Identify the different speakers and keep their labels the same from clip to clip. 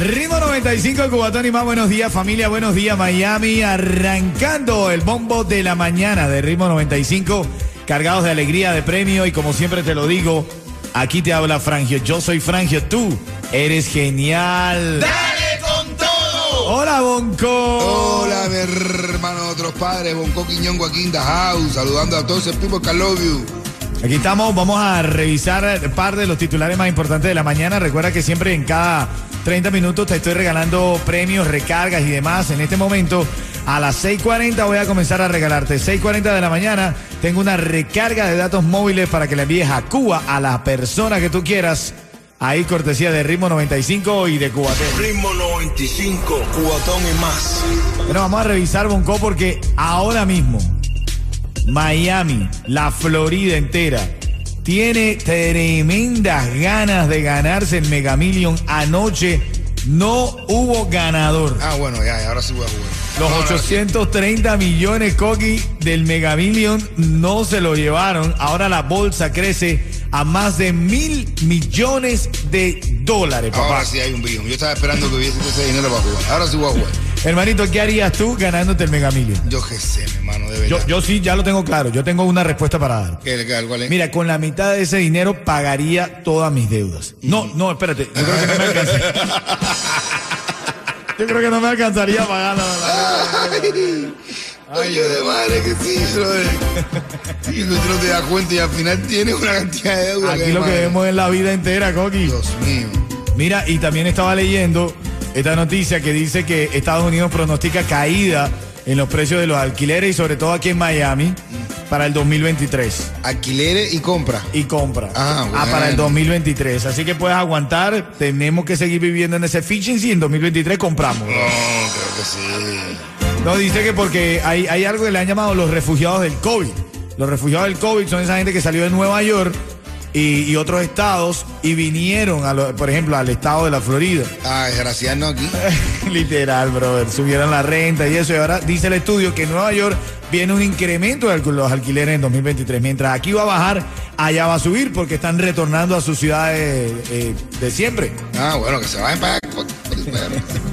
Speaker 1: Ritmo 95 Cubatón y más, buenos días familia, buenos días Miami, arrancando el bombo de la mañana de Ritmo 95, cargados de alegría, de premio y como siempre te lo digo, aquí te habla Frangio, yo soy Frangio, tú eres genial.
Speaker 2: ¡Dale con todo!
Speaker 1: Hola Bonco.
Speaker 3: Hola, mi hermano, otros padres, Bonco Quiñongo aquí in the house, saludando a todos el people que I love you.
Speaker 1: Aquí estamos, vamos a revisar un par de los titulares más importantes de la mañana. Recuerda que siempre en cada 30 minutos te estoy regalando premios, recargas y demás. En este momento, a las 6.40 voy a comenzar a regalarte. 6.40 de la mañana tengo una recarga de datos móviles para que la envíes a Cuba a la persona que tú quieras. Ahí cortesía de Ritmo 95 y de Cuba.
Speaker 4: Ritmo 95, cuatón y más.
Speaker 1: Bueno, vamos a revisar Bonco porque ahora mismo Miami, la Florida entera, tiene tremendas ganas de ganarse el Mega Million. Anoche no hubo ganador.
Speaker 3: Ah, bueno, ya, ya, ahora sí voy a jugar.
Speaker 1: Los
Speaker 3: Ahora sí.
Speaker 1: 830 millones, Coqui, del Mega Million no se lo llevaron. Ahora la bolsa crece a más de mil millones de dólares, papá.
Speaker 3: Ahora sí hay un billón. Yo estaba esperando que hubiese ese dinero para jugar. Ahora sí voy a jugar.
Speaker 1: Hermanito, ¿qué harías tú ganándote el Mega Million?
Speaker 3: Yo qué sé, mi hermano, de
Speaker 1: Yo,
Speaker 3: verdad.
Speaker 1: yo sí, ya lo tengo claro. Yo tengo una respuesta para dar.
Speaker 3: ¿Qué, qué, cuál es?
Speaker 1: Mira, con la mitad de ese dinero pagaría todas mis deudas. No, no, espérate. Yo creo que no me alcanzaría. Yo creo que no me alcanzaría a pagar la- la-
Speaker 3: Ay, coño de madre que sí, brother. Y tú no te das cuenta y al final tienes una cantidad de deuda.
Speaker 1: Aquí lo que
Speaker 3: madre.
Speaker 1: vemos es la vida entera, Coqui.
Speaker 3: Dios mío.
Speaker 1: Mira, y también estaba leyendo esta noticia que dice que Estados Unidos pronostica caída en los precios de los alquileres y sobre todo aquí en Miami para el 2023.
Speaker 3: Alquileres y compra.
Speaker 1: y compra.
Speaker 3: Ah, bueno.
Speaker 1: para el 2023. Así que puedes aguantar. Tenemos que seguir viviendo en ese efficiency y en 2023 compramos.
Speaker 3: No, creo que sí.
Speaker 1: No, dice que porque hay, hay algo que le han llamado los refugiados del COVID. Los refugiados del COVID son esa gente que salió de Nueva York y, y otros estados y vinieron, a lo- por ejemplo, al estado de la Florida.
Speaker 3: Ah, desgraciarnos aquí.
Speaker 1: Literal, brother. Subieron la renta y eso. Y ahora dice el estudio que en Nueva York viene un incremento de alqu- los alquileres en 2023. Mientras aquí va a bajar, allá va a subir porque están retornando a sus ciudades eh, de siempre.
Speaker 3: Ah, bueno, que se vayan para por- por-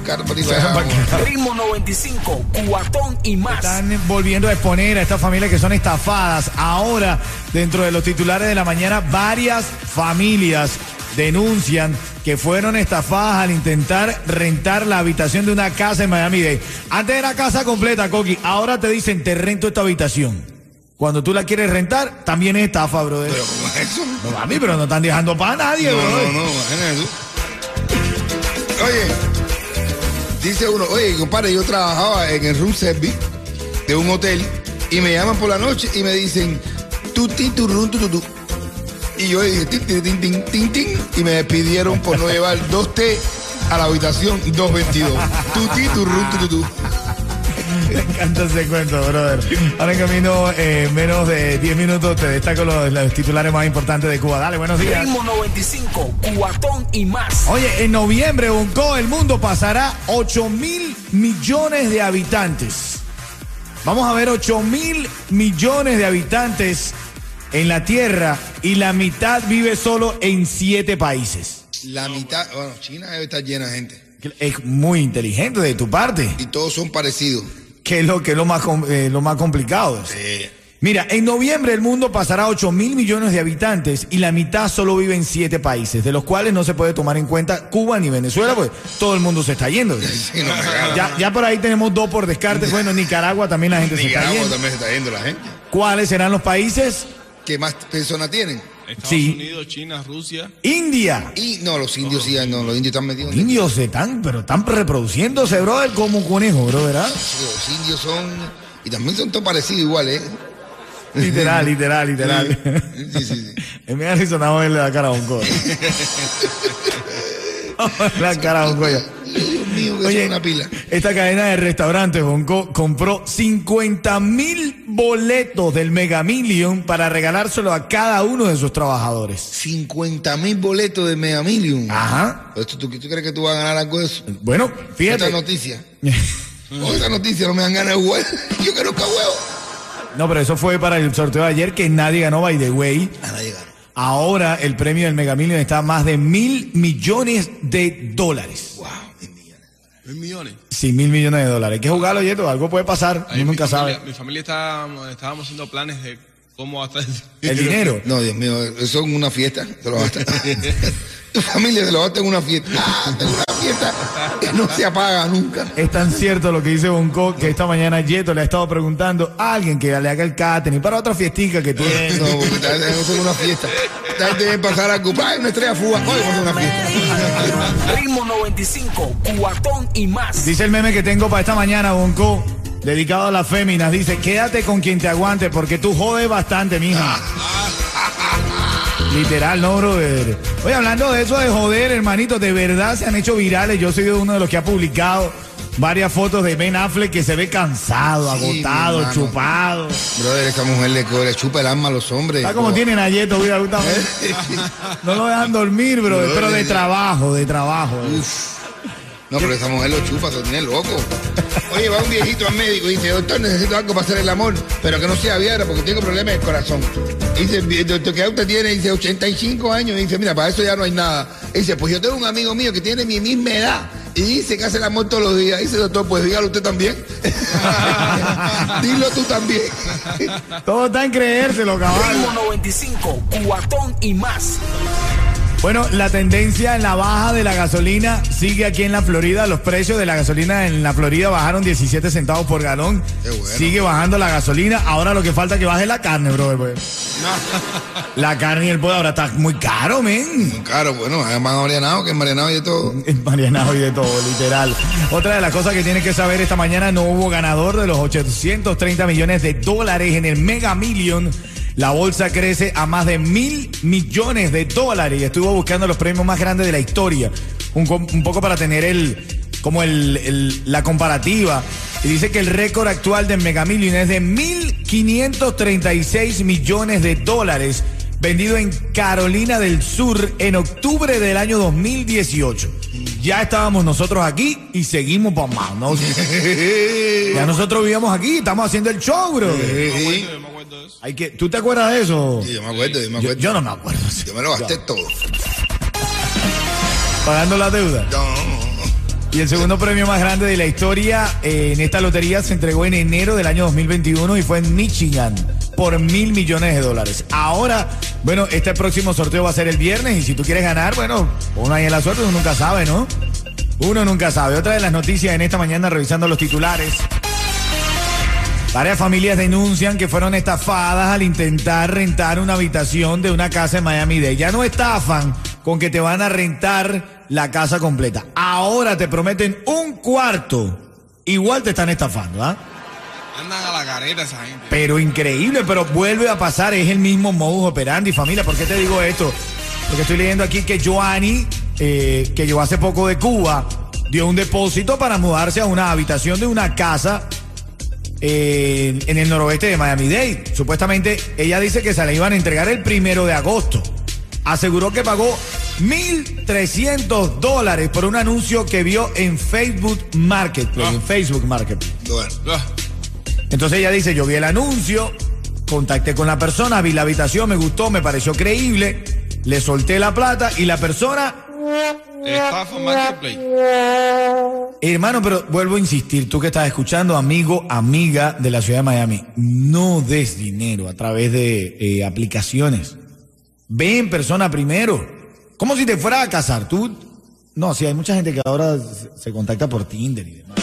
Speaker 3: car- por- vamos.
Speaker 4: Ritmo 95, cuatón y más.
Speaker 1: Están volviendo a exponer a estas familias que son estafadas. Ahora, dentro de los titulares de la mañana, varias familias denuncian que fueron estafadas al intentar rentar la habitación de una casa en Miami-Dade. Antes era casa completa, Coqui. Ahora te dicen, te rento esta habitación. Cuando tú la quieres rentar, también es estafa, brother.
Speaker 3: Pero ¿cómo es eso?
Speaker 1: No, mami, pero no están dejando para nadie,
Speaker 3: No,
Speaker 1: brother.
Speaker 3: no, no, imagínate tú. Oye, dice uno, oye, compadre, yo trabajaba en el room service de un hotel y me llaman por la noche y me dicen, tu, ti, tu, run, tu, tu, tu. Y yo dije, tin, tin, tin, tin, tin, tin, y me despidieron por no llevar dos té a la habitación 222. Tu, ti, tu, run, tu, tu, tu.
Speaker 1: Me encanta ese cuento, brother. Ahora en camino, eh, menos de 10 minutos, te destaco los, los titulares más importantes de Cuba. Dale, buenos días.
Speaker 4: Ritmo 95, cuatón y más.
Speaker 1: Oye, en noviembre, Bonco, el mundo pasará 8 mil millones de habitantes. Vamos a ver 8 mil millones de habitantes en la Tierra y la mitad vive solo en 7 países.
Speaker 3: La mitad, bueno, China debe estar llena de gente.
Speaker 1: Es muy inteligente de tu parte,
Speaker 3: Y todos son parecidos.
Speaker 1: que es lo, que es lo, más, com- eh, lo más complicado. Mira, en noviembre el mundo pasará a 8 mil millones de habitantes y la mitad solo vive en 7 países, de los cuales no se puede tomar en cuenta Cuba ni Venezuela, pues todo el mundo se está yendo.
Speaker 3: Sí, no me gana.
Speaker 1: Ya, ya por ahí tenemos dos por descarte. Bueno, en Nicaragua también la gente se está
Speaker 3: Nicaragua
Speaker 1: yendo.
Speaker 3: también se está yendo la gente.
Speaker 1: ¿Cuáles serán los países?
Speaker 3: ¿Qué más personas tienen?
Speaker 5: Estados
Speaker 1: Sí.
Speaker 5: Unidos, China, Rusia.
Speaker 1: India.
Speaker 3: Y no, los indios sí, no, los indios están metidos. en-
Speaker 1: Indios se están, pero están reproduciéndose, brother, ¿ah? como un conejo, bro, ¿verdad?
Speaker 3: Los indios son. Y también son todos parecidos iguales, ¿eh?
Speaker 1: Literal, literal, literal.
Speaker 3: Sí, sí, sí.
Speaker 1: En mi nariz sonaba verle la cara a un coño. la cara a un coño.
Speaker 3: mío, que
Speaker 1: Oye,
Speaker 3: son una pila.
Speaker 1: Esta cadena de restaurantes, Bonco, compró 50 mil boletos del Mega Million para regalárselo a cada uno de sus trabajadores.
Speaker 3: 50 mil boletos de Mega Million.
Speaker 1: Ah. Ajá.
Speaker 3: Esto, ¿tú, tú crees que tú vas a ganar algo de eso?
Speaker 1: Bueno,
Speaker 3: Esta
Speaker 1: fíjate.
Speaker 3: noticia. Esta noticia no me dan ganas de jugar. Yo quiero que huevo.
Speaker 1: No, pero eso fue para el sorteo de ayer que nadie ganó, by the way.
Speaker 3: A nadie ganó.
Speaker 1: Ahora el premio del Mega Million está a más de mil millones de dólares.
Speaker 3: Wow, mil millones.
Speaker 2: Mil millones.
Speaker 1: Sí, mil millones de dólares. Hay que jugarlo, Yeto. Algo puede pasar.
Speaker 2: Ahí
Speaker 1: Uno
Speaker 2: mi
Speaker 1: nunca
Speaker 2: familia-
Speaker 1: sabe.
Speaker 2: Mi familia estábamos, estábamos haciendo planes de cómo gastar
Speaker 1: El dinero.
Speaker 3: No, Dios mío, eso en una fiesta. Te lo gastas. tu familia se lo gasta en una fiesta. Ah, tengo una fiesta que no se apaga nunca.
Speaker 1: Es tan cierto lo que dice Bonco que esta mañana Yeto le ha estado preguntando a alguien que le haga el catering para otra fiestica que tiene.
Speaker 3: No, porque tal vez eso es una fiesta. Tal vez deben pasar a ocupar una estrella fuga. Hoy vamos a una fiesta.
Speaker 4: Ritmo 95, cuatón y más.
Speaker 1: Dice el meme que tengo para esta mañana, Bonco, dedicado a las féminas. Dice, quédate con quien te aguante porque tú jodes bastante, mija. Literal, no, brother. Oye, hablando de eso de joder, hermanito, de verdad se han hecho virales. Yo soy de uno de los que ha publicado varias fotos de Ben Affleck que se ve cansado,
Speaker 3: Sí, mi
Speaker 1: agotado,
Speaker 3: hermano.
Speaker 1: chupado.
Speaker 3: Brother, esa mujer le, co- le chupa el alma a los hombres.
Speaker 1: Está como tienen a Yeto, mira, Gustavo. No lo dejan dormir, brother, pero de trabajo, de trabajo.
Speaker 3: Uf. No, pero esa mujer lo chupa, se tiene loco. Oye, va un viejito al médico y dice, doctor, necesito algo para hacer el amor, pero que no sea viagra porque tengo problemas del corazón. Y dice, "Bien, doctor, ¿qué edad usted tiene? Y dice, 85 años. Y dice, mira, para eso ya no hay nada. Y dice, pues yo tengo un amigo mío que tiene mi misma edad y dice que hace el amor todos los días. Y dice, doctor, pues dígalo usted también. Dilo tú también.
Speaker 1: Todo está en creérselo, caballo.
Speaker 4: Ritmo 95, cuatón y más.
Speaker 1: Bueno, la tendencia en la baja de la gasolina sigue aquí en la Florida. Los precios de la gasolina en la Florida bajaron 17 centavos por galón.
Speaker 3: Qué bueno.
Speaker 1: Sigue bajando la gasolina. Ahora lo que falta que baje es la carne, brother. pues. La carne y el pollo ahora está muy caro, men.
Speaker 3: Claro, bueno, es más mareanado que mareanado y de todo.
Speaker 1: Mariana hoy de todo, literal. Otra de las cosas que tienes que saber esta mañana, no hubo ganador de los 830 millones de dólares en el Mega Million. La bolsa crece a más de mil millones de dólares y estuvo buscando los premios más grandes de la historia. Un, com- un poco para tener el como el, el- la comparativa. Y dice que el récord actual de Mega Million es de 1.536 millones de dólares vendido en Carolina del Sur en octubre del año 2018. Ya estábamos nosotros aquí y seguimos para más. ¿no? Ya nosotros vivíamos aquí, estamos haciendo el show, bro.
Speaker 3: Sí,
Speaker 2: Yo me acuerdo de eso.
Speaker 1: Hay que, ¿Tú te acuerdas de eso?
Speaker 3: yo me acuerdo, yo me
Speaker 1: Yo,
Speaker 3: acuerdo.
Speaker 1: yo no me acuerdo.
Speaker 3: Yo me lo gasté todo.
Speaker 1: Pagando la deuda.
Speaker 3: No.
Speaker 1: Y el segundo premio más grande de la historia eh, en esta lotería se entregó en enero del año 2021 y fue en Michigan por mil millones de dólares. Ahora, bueno, este próximo sorteo va a ser el viernes y si tú quieres ganar, bueno, uno ahí en la suerte, uno nunca sabe, ¿no? Uno nunca sabe. Otra de las noticias en esta mañana revisando los titulares. Varias familias denuncian que fueron estafadas al intentar rentar una habitación de una casa en Miami-Dade. Ya no estafan con que te van a rentar la casa completa. Ahora te prometen un cuarto. Igual te están estafando, ¿ah?
Speaker 2: Andan a la careta esa gente.
Speaker 1: Pero increíble, pero vuelve a pasar. Es el mismo modus operandi, familia. ¿Por qué te digo esto? Porque estoy leyendo aquí que Joanny, eh, que llegó hace poco de Cuba, dio un depósito para mudarse a una habitación de una casa eh, en el noroeste de Miami-Dade. Supuestamente ella dice que se la iban a entregar el primero de agosto. Aseguró que pagó 1.300 dólares por un anuncio que vio en Facebook Marketplace. En Facebook Marketplace.
Speaker 3: Bueno.
Speaker 2: Ah,
Speaker 1: Entonces ella dice, yo vi el anuncio, contacté con la persona, vi la habitación, me gustó, me pareció creíble, le solté la plata y la persona,
Speaker 2: Estafa Marketplace.
Speaker 1: hermano, pero vuelvo a insistir, tú que estás escuchando, amigo, amiga de la ciudad de Miami, no des dinero a través de eh, aplicaciones. Ve en persona primero. Como si te fuera a casar. Tú, no, sí, hay mucha gente que ahora se- se contacta por Tinder y demás.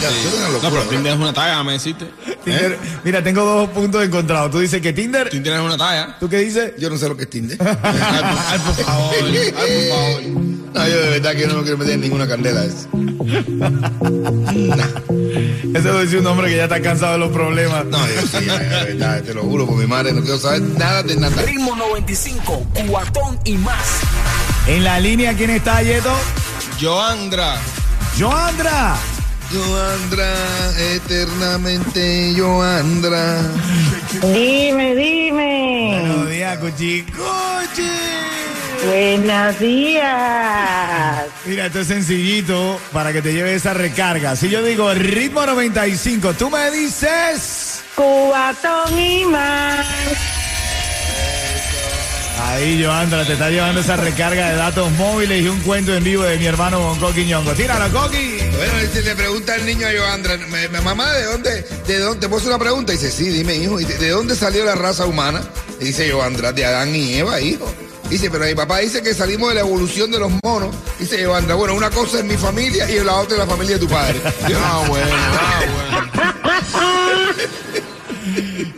Speaker 3: Ya, eso es una
Speaker 2: No,
Speaker 3: locura,
Speaker 2: pero
Speaker 3: ¿verdad?
Speaker 2: Tinder es una talla, me deciste.
Speaker 1: Tinder- Mira, tengo dos puntos encontrados. Tú dices que Tinder,
Speaker 2: Tinder es una talla.
Speaker 1: ¿tú qué dices?
Speaker 3: Yo no sé lo que es Tinder.
Speaker 2: Ay, por- ay, por favor. Ay, por favor.
Speaker 3: No, yo de verdad que no me quiero meter en ninguna candela a eso.
Speaker 1: Eso lo dice un hombre que ya está cansado de los problemas.
Speaker 3: No, yo sí, ya, de verdad, te lo juro por mi madre, no quiero saber nada de nada.
Speaker 4: Ritmo 95, cuatón y más.
Speaker 1: En la línea, ¿quién está, Yeto?
Speaker 2: Joandra.
Speaker 1: Joandra.
Speaker 3: Joandra, eternamente Joandra.
Speaker 5: Dime, dime.
Speaker 1: Buenos días, Cuchi. Cuchi.
Speaker 5: Buenos días.
Speaker 1: Mira, esto es sencillito para que te lleve esa recarga. Si yo digo ritmo 95, tú me dices.
Speaker 5: Cubatón y más.
Speaker 1: Ahí, Joandra, te está llevando esa recarga de datos móviles y un cuento en vivo de mi hermano Bonco Quiñongo. Tíralo, Coqui.
Speaker 3: Bueno, si le pregunta al niño a Joandra, "Me- me- mamá, ¿de dónde? ¿De dónde? Te puedo hacer una pregunta. Y dice, sí, dime, hijo. Y dice, ¿De dónde salió la raza humana? Y dice Joandra, de Adán y Eva, hijo. Dice, pero mi papá dice que salimos de la evolución de los monos. Dice Joandra, bueno, una cosa es mi familia y la otra es la familia de tu padre.
Speaker 2: Ah, bueno, ah, bueno.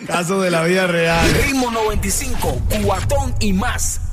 Speaker 1: Caso de la vida real.
Speaker 4: Ritmo 95, cuatón y más.